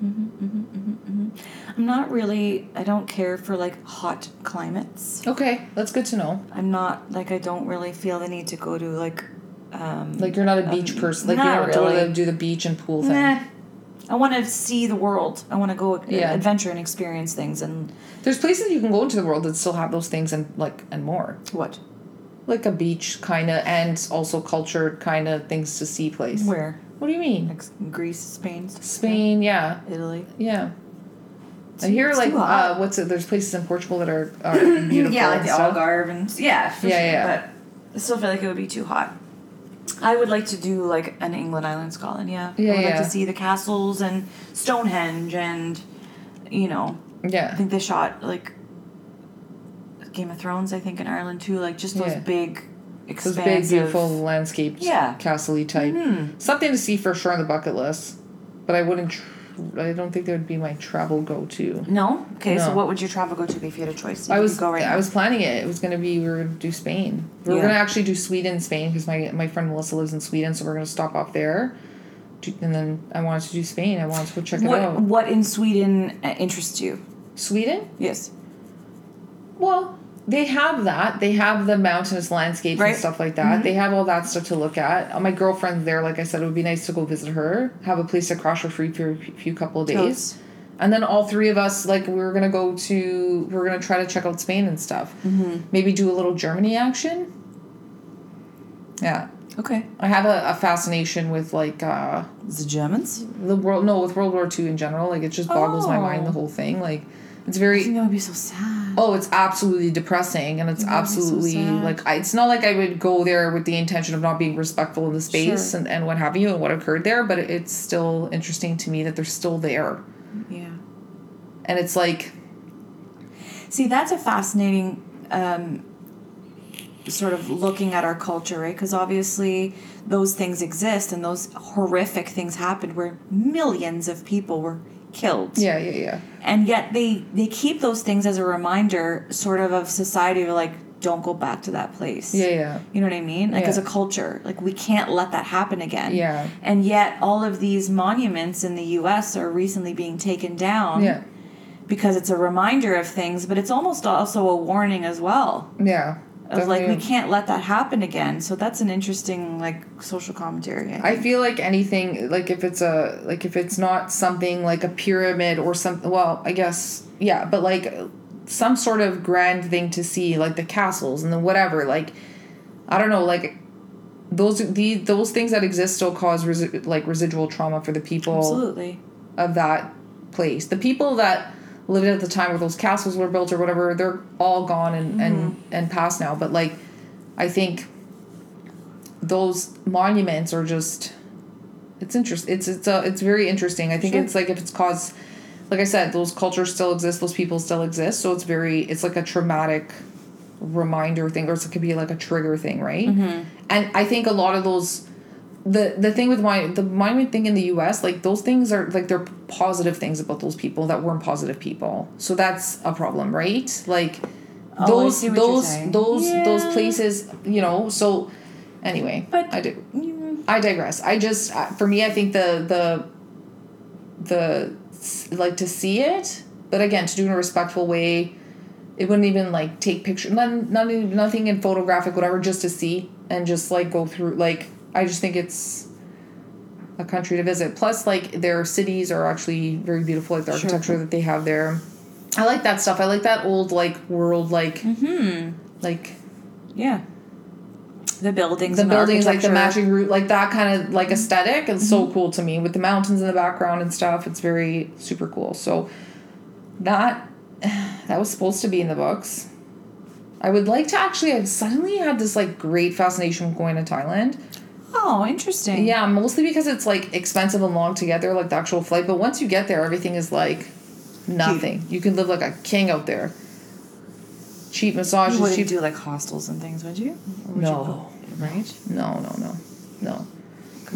I'm not really, I don't care for like hot climates.
Okay, that's good to know.
I'm not, like, I don't really feel the need to go to like, um,
Like you're not a beach
Um,
person. Like
not
you don't really.
really.
to do the beach and pool thing.
nah. I want to see the world. I want to go uh,
Yeah.
adventure and experience things and
There's places you can go into the world that still have those things and like and more.
what?
Like a beach kind of and also cultured kind of things to see place.
Where?
What do you mean?
Ex- Greece, Spain,
Spain, yeah.
Italy.
Yeah. I hear
it's
like
too hot.
uh, what's it? There's places in Portugal that are, are beautiful.
yeah, like
and
the
stuff.
Algarve and yeah, for
Yeah,
sure,
yeah.
But I still feel like it would be too hot. I would like to do like an England, Ireland, Scotland. Yeah,
Yeah,
I would
yeah.
like to see the castles and Stonehenge, and you know, I
Yeah,
think they shot like Game of Thrones. I think in Ireland too, like just those
Yeah.
big,
those
expansive.
big beautiful landscapes.
Yeah. Hmm.
castle-y type. Something to see for sure on the bucket list, but I wouldn't. Tr- I don't think that would be my travel go-to.
No. Okay, so
No.
what would your travel go to be if you had a choice? You
I
could
was
go right.
I
now.
was planning it. It was gonna be we were gonna do Spain. We were
Yeah.
gonna actually do Sweden, Spain, because my my friend Melissa lives in Sweden, so we're gonna stop off there. Do- And then I wanted to do Spain. I wanted to go check it
What
out.
What in Sweden uh, interests you?
Sweden?
Yes.
Well, they have that. They have the mountainous landscapes
Right. Mm-hmm.
and stuff like that. They have all that stuff to look at. Uh, My girlfriend's there. Like I said, it would be nice to go visit her. Have a place to crash for free for a few- few couple of days.
Totes.
And then all three of us, like, we were gonna go to, we were gonna try to check out Spain and stuff. Mm-hmm. Maybe do a little Germany action. Yeah,
Okay.
I have a, a fascination with like uh,
Is the Germans?
the world. No, with World War II in general, like it just boggles my mind the
Oh.
whole thing. Like, it's very
That would be so sad.
oh it's absolutely depressing and it's absolutely
sad.
like I, it's not like i would go there with the intention of not being respectful of the space
Sure.
and, and what have you and what occurred there but it, it's still interesting to me that they're still there
Yeah.
and it's like
See, that's a fascinating um, sort of looking at our culture, right? Because obviously those things exist and those horrific things happened where millions of people were killed.
yeah yeah yeah
And yet they, they keep those things as a reminder, sort of, of society, like, don't go back to that place.
yeah yeah
You know what I mean? Like
Yeah.
as a culture, like we can't let that happen again.
Yeah.
And yet all of these monuments in the US are recently being taken down
yeah
because it's a reminder of things, but it's almost also a warning as well.
yeah
Of like we
Definitely.
can't let that happen again. So that's an interesting like social commentary. I
I
think.
feel like anything like if it's a like if it's not something like a pyramid or something well, I guess yeah, but like some sort of grand thing to see like the castles and the whatever like I don't know like those the those things that exist still cause resi- like residual trauma for the people
Absolutely.
of that place. The people that lived at the time where those castles were built or whatever, they're all gone and and
Mm-hmm.
and passed now. But like, I think those monuments are just it's interest it's it's uh, it's very interesting. I think
Sure.
it's like if it's caused like I said, those cultures still exist, those people still exist, so it's very it's like a traumatic reminder thing or it's- it could be like a trigger thing, right?
Mm-hmm.
And I think a lot of those the the thing with my the monument thing in the U.S. like those things are like they're positive things about those people that weren't positive people. So that's a problem, right? Like
Oh, I
those
see what you're
those
saying.
those those
Yeah.
places, you know. So anyway,
But-
I do.
Mm,
I digress. I just I- for me, I think the the the s- like to see it, but again, to do it in a respectful way. It wouldn't even like take picture, none, none, nothing in photographic, whatever, just to see. and just like go through like I just think it's a country to visit. Plus like their cities are actually very beautiful, like the
Sure.
architecture that they have there. I like that stuff. I like that old like world like
Hmm.
like
Yeah. The buildings.
the
and
buildings like the
architecture. Mm-hmm.
magic route like that kind of like aesthetic is so cool to me with the mountains in the background and stuff it's very super cool so that that was supposed to be in the books i would like to actually i've suddenly had this like great fascination with going to thailand
Oh, interesting.
yeah mostly because it's like expensive and long together like the actual flight but once you get there everything is like nothing you can live like a king out there cheap
You
massages
wouldn't
cheap
do like hostels and things, would you? Or would you
no
go- right.
no no no no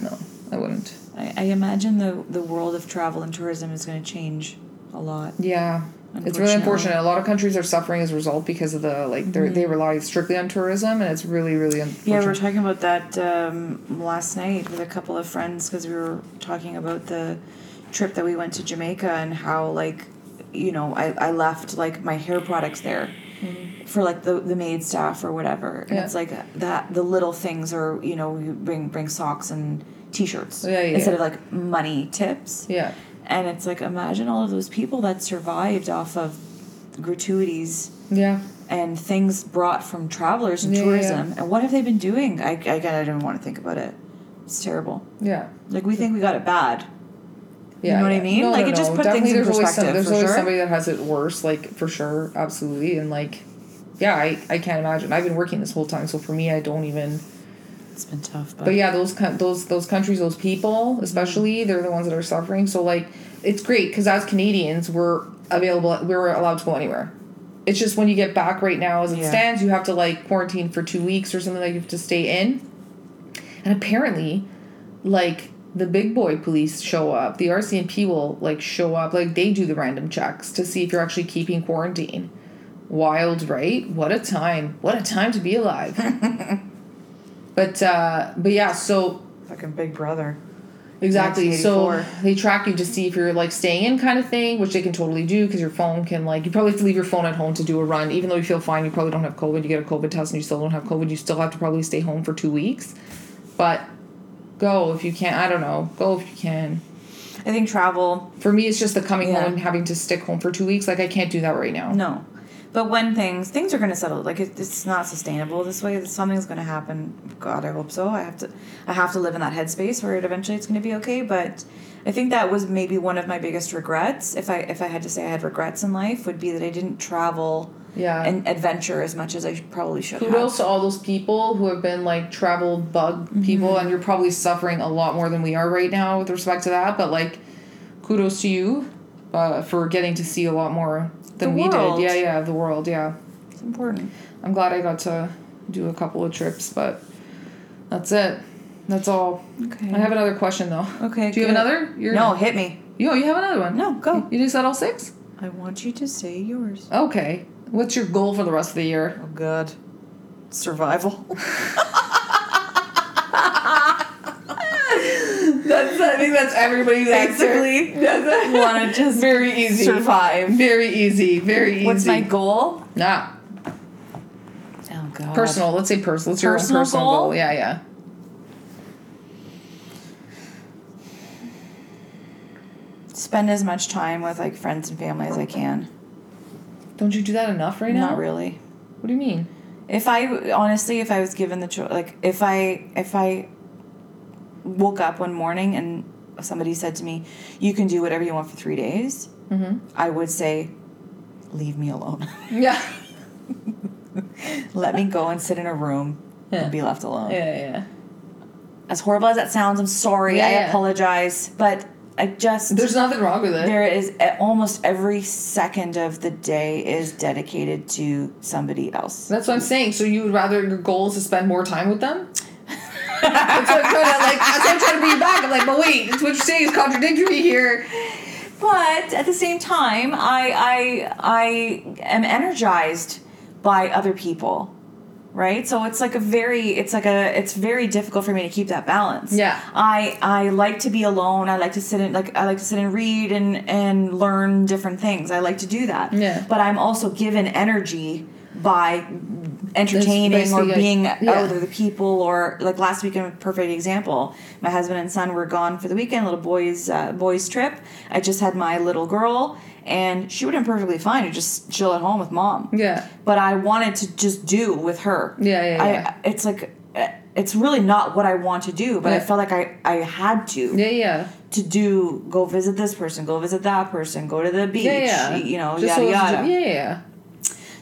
no i wouldn't
I, I imagine the the world of travel and tourism is going to change a lot.
Yeah. It's really
Unfortunately.
unfortunate. A lot of countries are suffering as a result because of the like they're they rely strictly on tourism, and it's really really
Mm-hmm. Yeah, we were
unfortunate.
talking about that um, last night with a couple of friends because we were talking about the trip that we went to Jamaica and how, like, you know, I, I left like my hair products there for like the, the maid staff or whatever. And
Mm-hmm. Yeah.
it's like uh, that the little things are, you know, we bring bring socks and t shirts
Yeah, yeah,
instead
yeah.
of like money tips.
yeah,
And it's like imagine all of those people that survived off of gratuities
yeah,
and things brought from travelers and
Yeah, yeah,
tourism. And what have they been doing? I, I, I don't even want to think about it. It's terrible.
yeah.
Like we think we got it bad.
Yeah,
know what I
yeah.
mean? Like, it just put things in
there's always some,
perspective,
there's
for
always
sure.
somebody that has it worse, like for sure, absolutely, and like, yeah, I, I can't imagine. I've been working this whole time, so for me, I don't even.
It's been tough, but,
But yeah, those coun- those those countries, those people, especially, they're the ones that are suffering. So like, it's great because as Canadians, we're available. We're allowed to go anywhere. It's just when you get back right now, as it
Yeah.
stands, you have to like quarantine for two weeks or something. Like you have to stay in. And apparently, like the big boy police show up. The RCMP will like show up. Like they do the random checks to see if you're actually keeping quarantine. Wild, right? What a time! What a time to be alive. but uh but yeah, so
fucking Big Brother.
Exactly. So
1984.
they track you to see if you're like staying in kind of thing, which they can totally do because your phone can like you probably have to leave your phone at home to do a run, even though you feel fine. You probably don't have COVID. You get a COVID test and you still don't have COVID. You still have to probably stay home for two weeks. But go if you can. I don't know. Go if you can.
I think travel.
For me, it's just the coming
Yeah.
home and having to stick home for two weeks. Like I can't do that right now.
No, but when things things are going to settle. Like it, it's not sustainable this way. Something's going to happen. God, I hope so. I have to. I have to live in that headspace where it eventually it's going to be okay. But I think that was maybe one of my biggest regrets. If I if I had to say I had regrets in life, would be that I didn't travel.
Yeah.
and adventure as much as I probably should have.
Kudos to all those people who have been like travel bug
Mm-hmm.
people, and you're probably suffering a lot more than we are right now with respect to that. But like, kudos to you uh, for getting to see a lot more
The
than we
world.
did. Yeah, yeah, the world. Yeah,
It's important.
I'm glad I got to do a couple of trips, but that's it. That's all.
Okay.
I have another question though.
Okay.
Do you have
good.
another? You're,
No, hit me.
Yo, you have another one.
No, go.
You just said all six.
I want you to say yours.
Okay. What's your goal for the rest of the year?
Oh God. Survival.
That's, I think that's everybody's
Basically, want to just
Very easy.
survive.
Very easy. Very easy.
What's my goal?
nah,
Oh God.
personal? Let's say personal. It's your own
Personal
personal
goal?
goal? Yeah, yeah.
Spend as much time with like friends and family as I can.
Don't you do that enough right now?
Not really.
What do you mean?
If I honestly, if I was given the choice, like if I if I woke up one morning and somebody said to me, "You can do whatever you want for three days,"
Mm-hmm.
I would say, "Leave me alone.
Yeah.
Let me go and sit in a room
Yeah.
and be left alone."
Yeah, yeah.
As horrible as that sounds, I'm sorry.
Yeah,
I
yeah.
apologize, but I just
There's nothing wrong with it.
there is a- almost every second of the day is dedicated to somebody else.
That's what I'm saying. So you would rather your goal is to spend more time with them? that's what I'm trying to like. That's what I'm trying to bring you back. I'm like, but wait, what you're saying is contradictory here.
But at the same time, I I I am energized by other people, right? So it's like a very it's like a it's very difficult for me to keep that balance.
Yeah.
I I like to be alone. I like to sit in like I like to sit and read and and learn different things. I like to do that.
Yeah.
But I'm also given energy by entertaining or
basically, like,
being
yeah.
out with other people or like last weekend a perfect example my husband and son were gone for the weekend little boys uh, boys trip i just had my little girl and she would have been perfectly fine to just chill at home with mom
Yeah.
but i wanted to just do with her
Yeah, yeah, yeah.
I, it's like uh, it's really not what i want to do but i
Yeah.
felt like i i had to
Yeah, yeah.
to do go visit this person go visit that person go to the beach
Yeah, yeah.
you know
Just
yada
so-
yada
Yeah, yeah.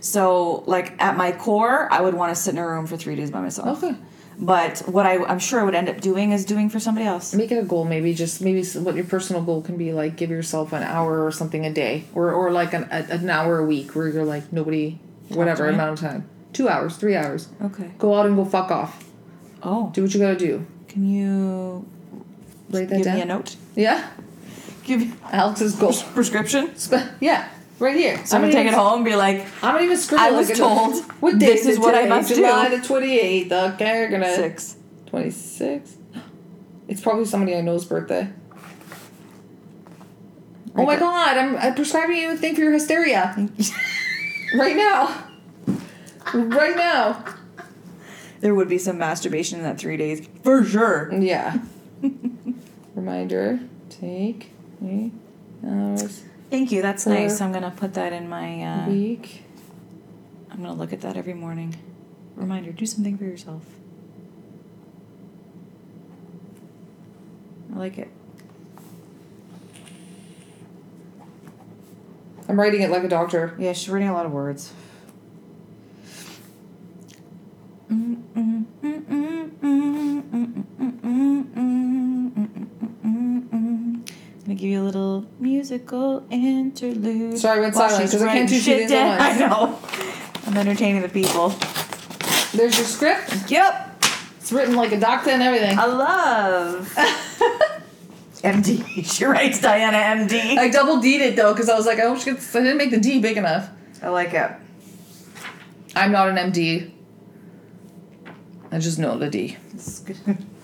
so, like at my core, I would want to sit in a room for three days by myself.
Okay.
But what I, I'm sure I would end up doing is doing for somebody else.
Make it a goal, maybe just maybe s- what your personal goal can be like give yourself an hour or something a day, or or like an a, an hour a week where you're like nobody, whatever
me.
amount of time, two hours, three hours.
Okay.
Go out and go fuck off.
Oh,
Do what you gotta do.
can you
Write that
give
down.
me a note?
Yeah,
Give me
Alex's goal.
prescription.
Sp- yeah, right here.
So I'm gonna
not
take it
even-
home and be like,
I'm not even scribbling.
I was
like,
told
What day
this is what I
today?
must do.
July the twenty eighth. Okay, we're gonna
six.
twenty six. It's probably somebody I know's birthday. Oh my
Okay.
god! I'm, I'm prescribing you a thing for your hysteria. right now. Right now.
There would be some masturbation in that three days for sure.
Yeah. Reminder. Take eight hours
Thank you. That's
For-
nice. I'm gonna put that in my.
a
Uh,
week.
I'm gonna look at that every morning. Reminder: do something for yourself. I like it.
I'm writing it like a doctor.
Yeah, she's reading a lot of words. Gonna give you a little musical interlude.
Sorry, I went
while
silent,
she's
'cause I can't
writing
do two
shit
things at
down.
once.
I know. I'm entertaining the people.
There's your script.
Yep.
It's written like a doctor and everything.
I love Oh. MD. She writes Diana MD.
I double D'd it though because I was like, I hope she gets. I didn't make the D big enough.
I like it.
I'm not an MD. I just know the D.
It's good.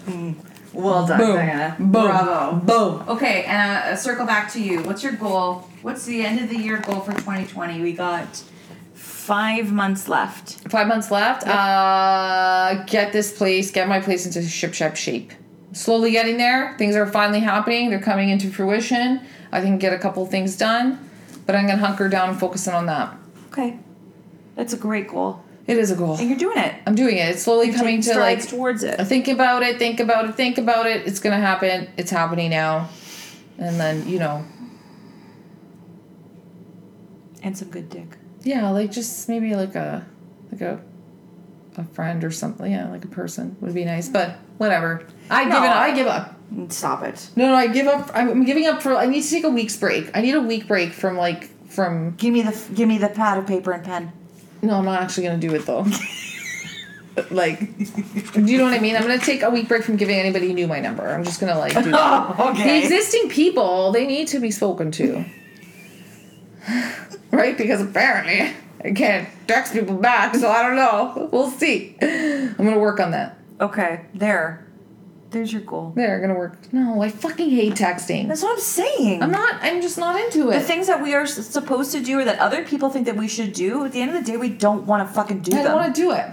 Well done,
Boom.
Diana.
Boom.
Bravo.
Boom.
Okay, and uh, circle back to you. What's your goal? What's the end of the year goal for 2020? We got five months left.
Five months left. Uh, get this place, get my place into ship shape shape. Slowly getting there. Things are finally happening. They're coming into fruition. I can get a couple things done, but I'm gonna hunker down and focus in on that.
Okay, that's a great goal,
It is a goal.
and you're doing it.
I'm doing it. It's slowly coming
Taking
to
strides
like
towards it.
I think about it, think about it, think about it. It's gonna happen. It's happening now, and then you know,
and some good dick.
yeah, like just maybe like a like a a friend or something. Yeah, like a person would be nice, but whatever. I give it.
No.
Up. I give up.
Stop it.
No, no, I give up. I'm giving up for. I need to take a week's break. I need a week break from like from.
Give me the give me the pad of paper and pen.
No, I'm not actually gonna do it though. like, do you know what I mean? I'm gonna take a week break from giving anybody new my number. I'm just gonna like do that.
Oh,
The existing people, they need to be spoken to. right? Because apparently I can't text people back, so I don't know. We'll see. I'm gonna work on that.
Okay, there. There's your goal.
There, gonna work. No, I fucking hate texting.
That's what I'm saying.
I'm not, I'm just not into
the
it.
things that we are s- supposed to do or that other people think that we should do, at the end of the day, we don't want to fucking do
I
them.
don't wanna do it.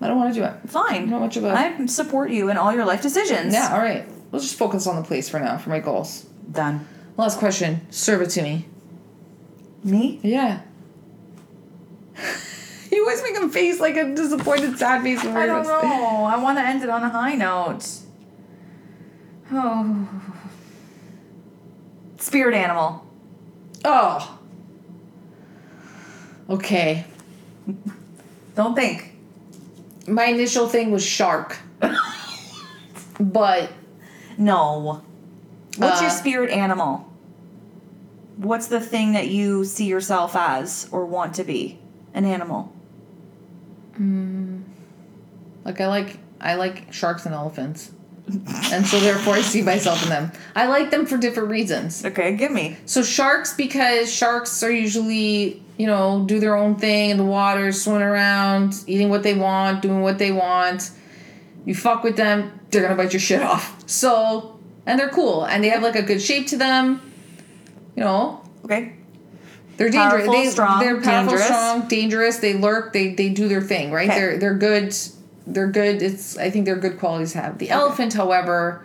I don't wanna do it.
Fine.
Not much of a-
I support you in all your life decisions.
Yeah, alright. Let's just focus on the place for now, for my goals.
Done.
Last question. Serve it to me.
Me?
Yeah. you always make a face like a disappointed, sad face. when
I
we're-
don't know. I want to end it on a high note. Oh. Spirit animal.
Oh. Okay.
Don't think.
My initial thing was shark. but
No. What's your
Uh,
spirit animal? What's the thing that you see yourself as or want to be? An animal.
like I like I like sharks and elephants. and so therefore I see myself in them. I like them for different reasons.
Okay, give me.
So sharks because sharks are usually, you know, do their own thing in the water, swimming around, eating what they want, doing what they want. You fuck with them, they're gonna bite your shit off. So and they're cool and they have like a good shape to them. You know,
Okay.
They're dangerous.
Powerful,
they,
strong,
they're powerful,
dangerous.
strong, dangerous. They lurk. They they do their thing, right?
Okay.
They're they're good. They're good. It's I think they're good qualities to have. The elephant, however,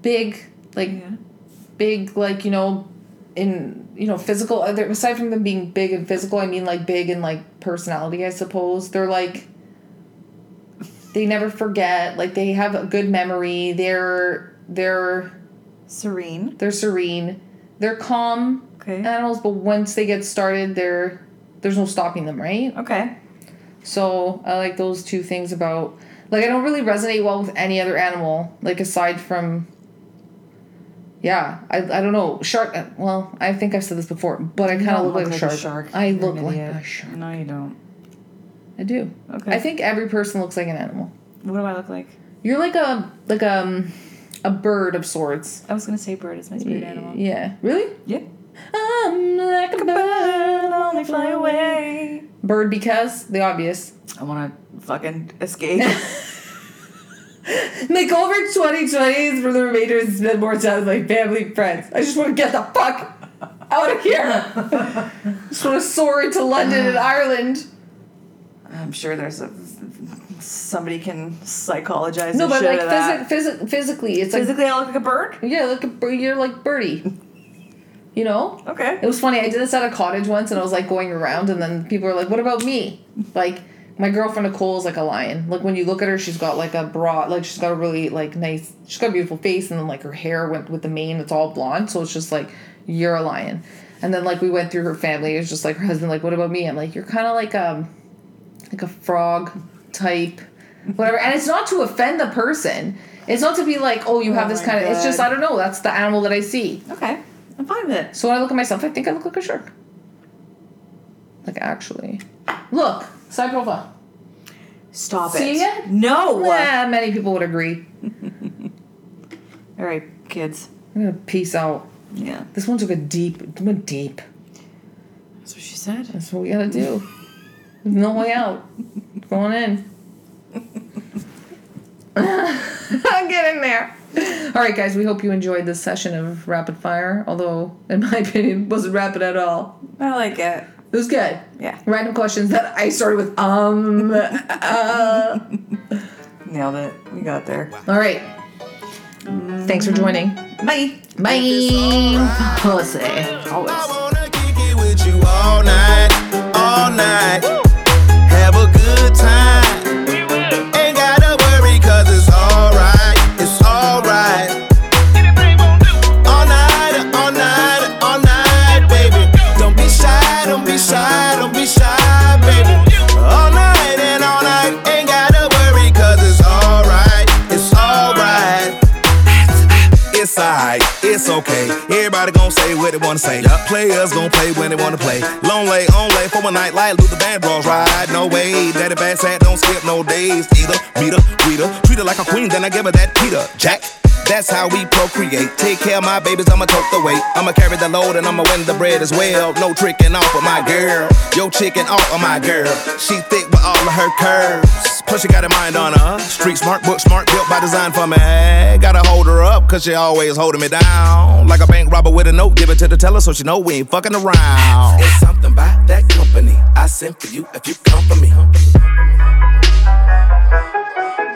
big like big like you know in you know physical other aside from them being big and physical i mean like big and like personality i suppose they're like they never forget like they have a good memory they're they're
Serene. Uh,
they're serene they're calm
Okay.
animals but once they get started they're there's no stopping them right
Okay.
so i like those two things about like i don't really resonate well with any other animal like aside from yeah i, I don't know shark uh, well i think i've said this before but i kind
don't
of look,
look
like,
like a
a shark.
shark.
i
You're
look
an
like
idiot.
a shark
No, you don't.
i do
Okay.
i think every person looks like an animal
What do I look like?
you're like a like um a bird of sorts
I was gonna say bird is my spirit animal.
yeah really
Yeah.
i'm like a bird
Only fly away.
bird because the obvious
I want to fucking escape.
Like over 2020s for the remainder and spend more time with my family and friends. I just want to get the fuck out of here. just want to soar into London and Ireland.
I'm sure there's a somebody can psychologize.
No,
the
but
shit
like
out of that.
physi- physi- physically, it's
physically, I look like a bird.
like yeah, like a, bir- you're like birdie. You know. It
Okay.
was funny. I did this at a cottage once, and I was like going around, and then people were like, "What about me?" Like my girlfriend Nicole is like a lion. Like when you look at her, she's got like a broad, like she's got a really like nice, she's got a beautiful face, and then like her hair went with the mane. It's all blonde, so it's just like you're a lion. And then like we went through her family. It was just like her husband, like, "What about me?" I'm like, "You're kind of like um, like a frog type, whatever." And it's not to offend the person. It's not to be like, "Oh, you have
Oh
this
my
kind of." It's just
God.
I don't know. That's the animal that I see.
Okay. I'm fine with it.
So when I look at myself, I think I look like a shark. Like actually, look side profile.
Stop it.
See ya?
No.
Yeah, many people would agree.
All right, kids.
I'm gonna peace out.
Yeah.
This one took a deep, went deep.
That's what she said.
That's what we gotta do. There's no way out. Going in. Get in there. All right, guys. We hope you enjoyed this session of rapid fire. Although, in my opinion, wasn't rapid at all.
I like it.
It was good.
Yeah.
Random questions that I started with um. uh,
Nailed it. We got there.
All right. Thanks for joining.
Bye.
Bye. Pussy.
I wanna kick it with you all night, all night. Have a good time.
We will.
Ain't gotta worry, cause it's alright, it's alright.
Anything won't do.
All night, all night, all night, baby. Don't be shy, don't be shy, don't be shy, baby. All night and all night, ain't gotta worry, cause it's alright, it's alright. It's alright, it's okay. Everybody gon' say what they wanna say. Players gon' play when they wanna play. Long lay, on lay for a night like Luther Vandross ride. No way, daddy bass hat don't skip no days either. Meet her, greet her, treat her like a queen, then I give her that Peter Jack. That's how we procreate. Take care of my babies, I'ma tote the weight. I'ma carry the load and I'ma win the bread as well. No tricking off of my girl. Yo, chicken off of my girl. She thick with all of her curves. Plus, she got a mind on her. Street smart, book smart, built by design for me. Gotta hold her up, cause she always holding me down. Like a bank robber with a note, give it to the teller so she know we ain't fucking around. It's something about that company. I sent for you if you come for me.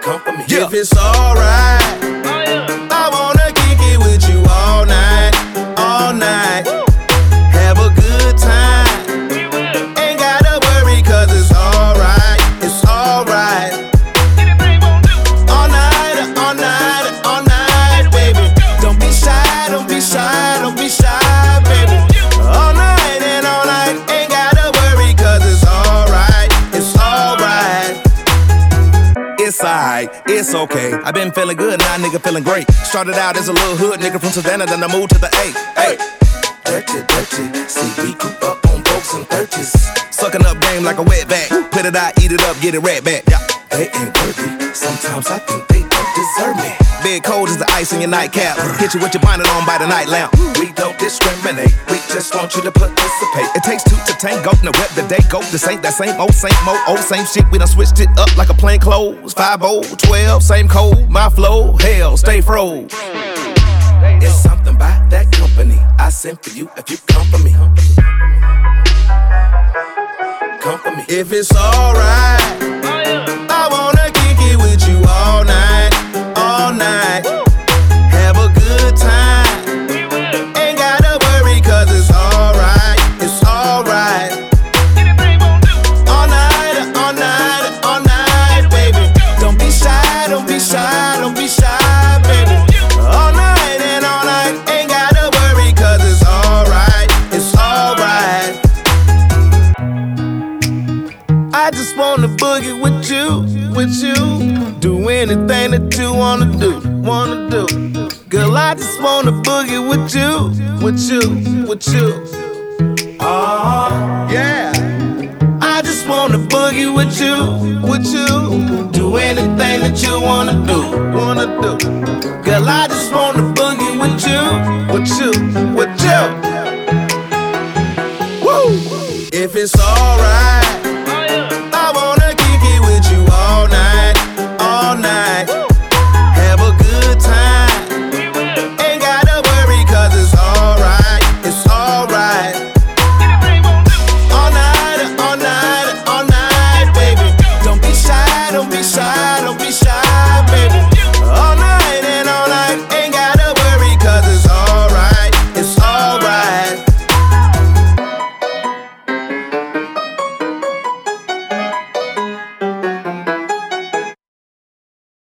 Come for me. If it's alright.
Oh, yeah.
I wanna kick it with you all night, all night. Have a good time.
We will.
Ain't gotta worry, cause it's alright, it's alright.
Anything won't do.
All night, all night, all night, baby. Don't be shy, don't be shy, don't be shy, baby. All night and all night, ain't gotta worry, cause it's alright, it's alright. It's alright, it's okay. I've been feeling good, now nigga feeling great. Started out as a little hood nigga from Savannah, then I moved to the A. Hey, dirty, dirty. See, we grew up on folks and thirties. Sucking up game like a wetback. Put it out, eat it up, get it right back. Yeah. They ain't worthy. Sometimes I think they don't deserve me. Big cold as the ice in your nightcap. Hit you with your bonnet on by the night lamp. We don't discriminate. We just want you to participate. It takes two to tango. Now what the day go? This ain't that same old, same mo, old, same shit. We done switched it up like a plain clothes. 5 12, same code. My flow, hell, stay froze. It's something about that company. I sent for you if you come for me. Come for me. If it's alright. I wanna kick it with you all night, all night. Have a good time. Ain't gotta worry, cause it's alright, it's alright. All night, all night, all night, baby. Don't be shy, don't be shy, don't be shy, baby. All night and all night, ain't gotta worry, cause it's alright, it's alright. I just wanna boogie with you, with you. Do anything that you wanna do, wanna do. Girl, I just wanna boogie with you, with you, with you. Ah, yeah. I just wanna boogie with you, with you. Do anything that you wanna do, wanna do. Girl, I just wanna.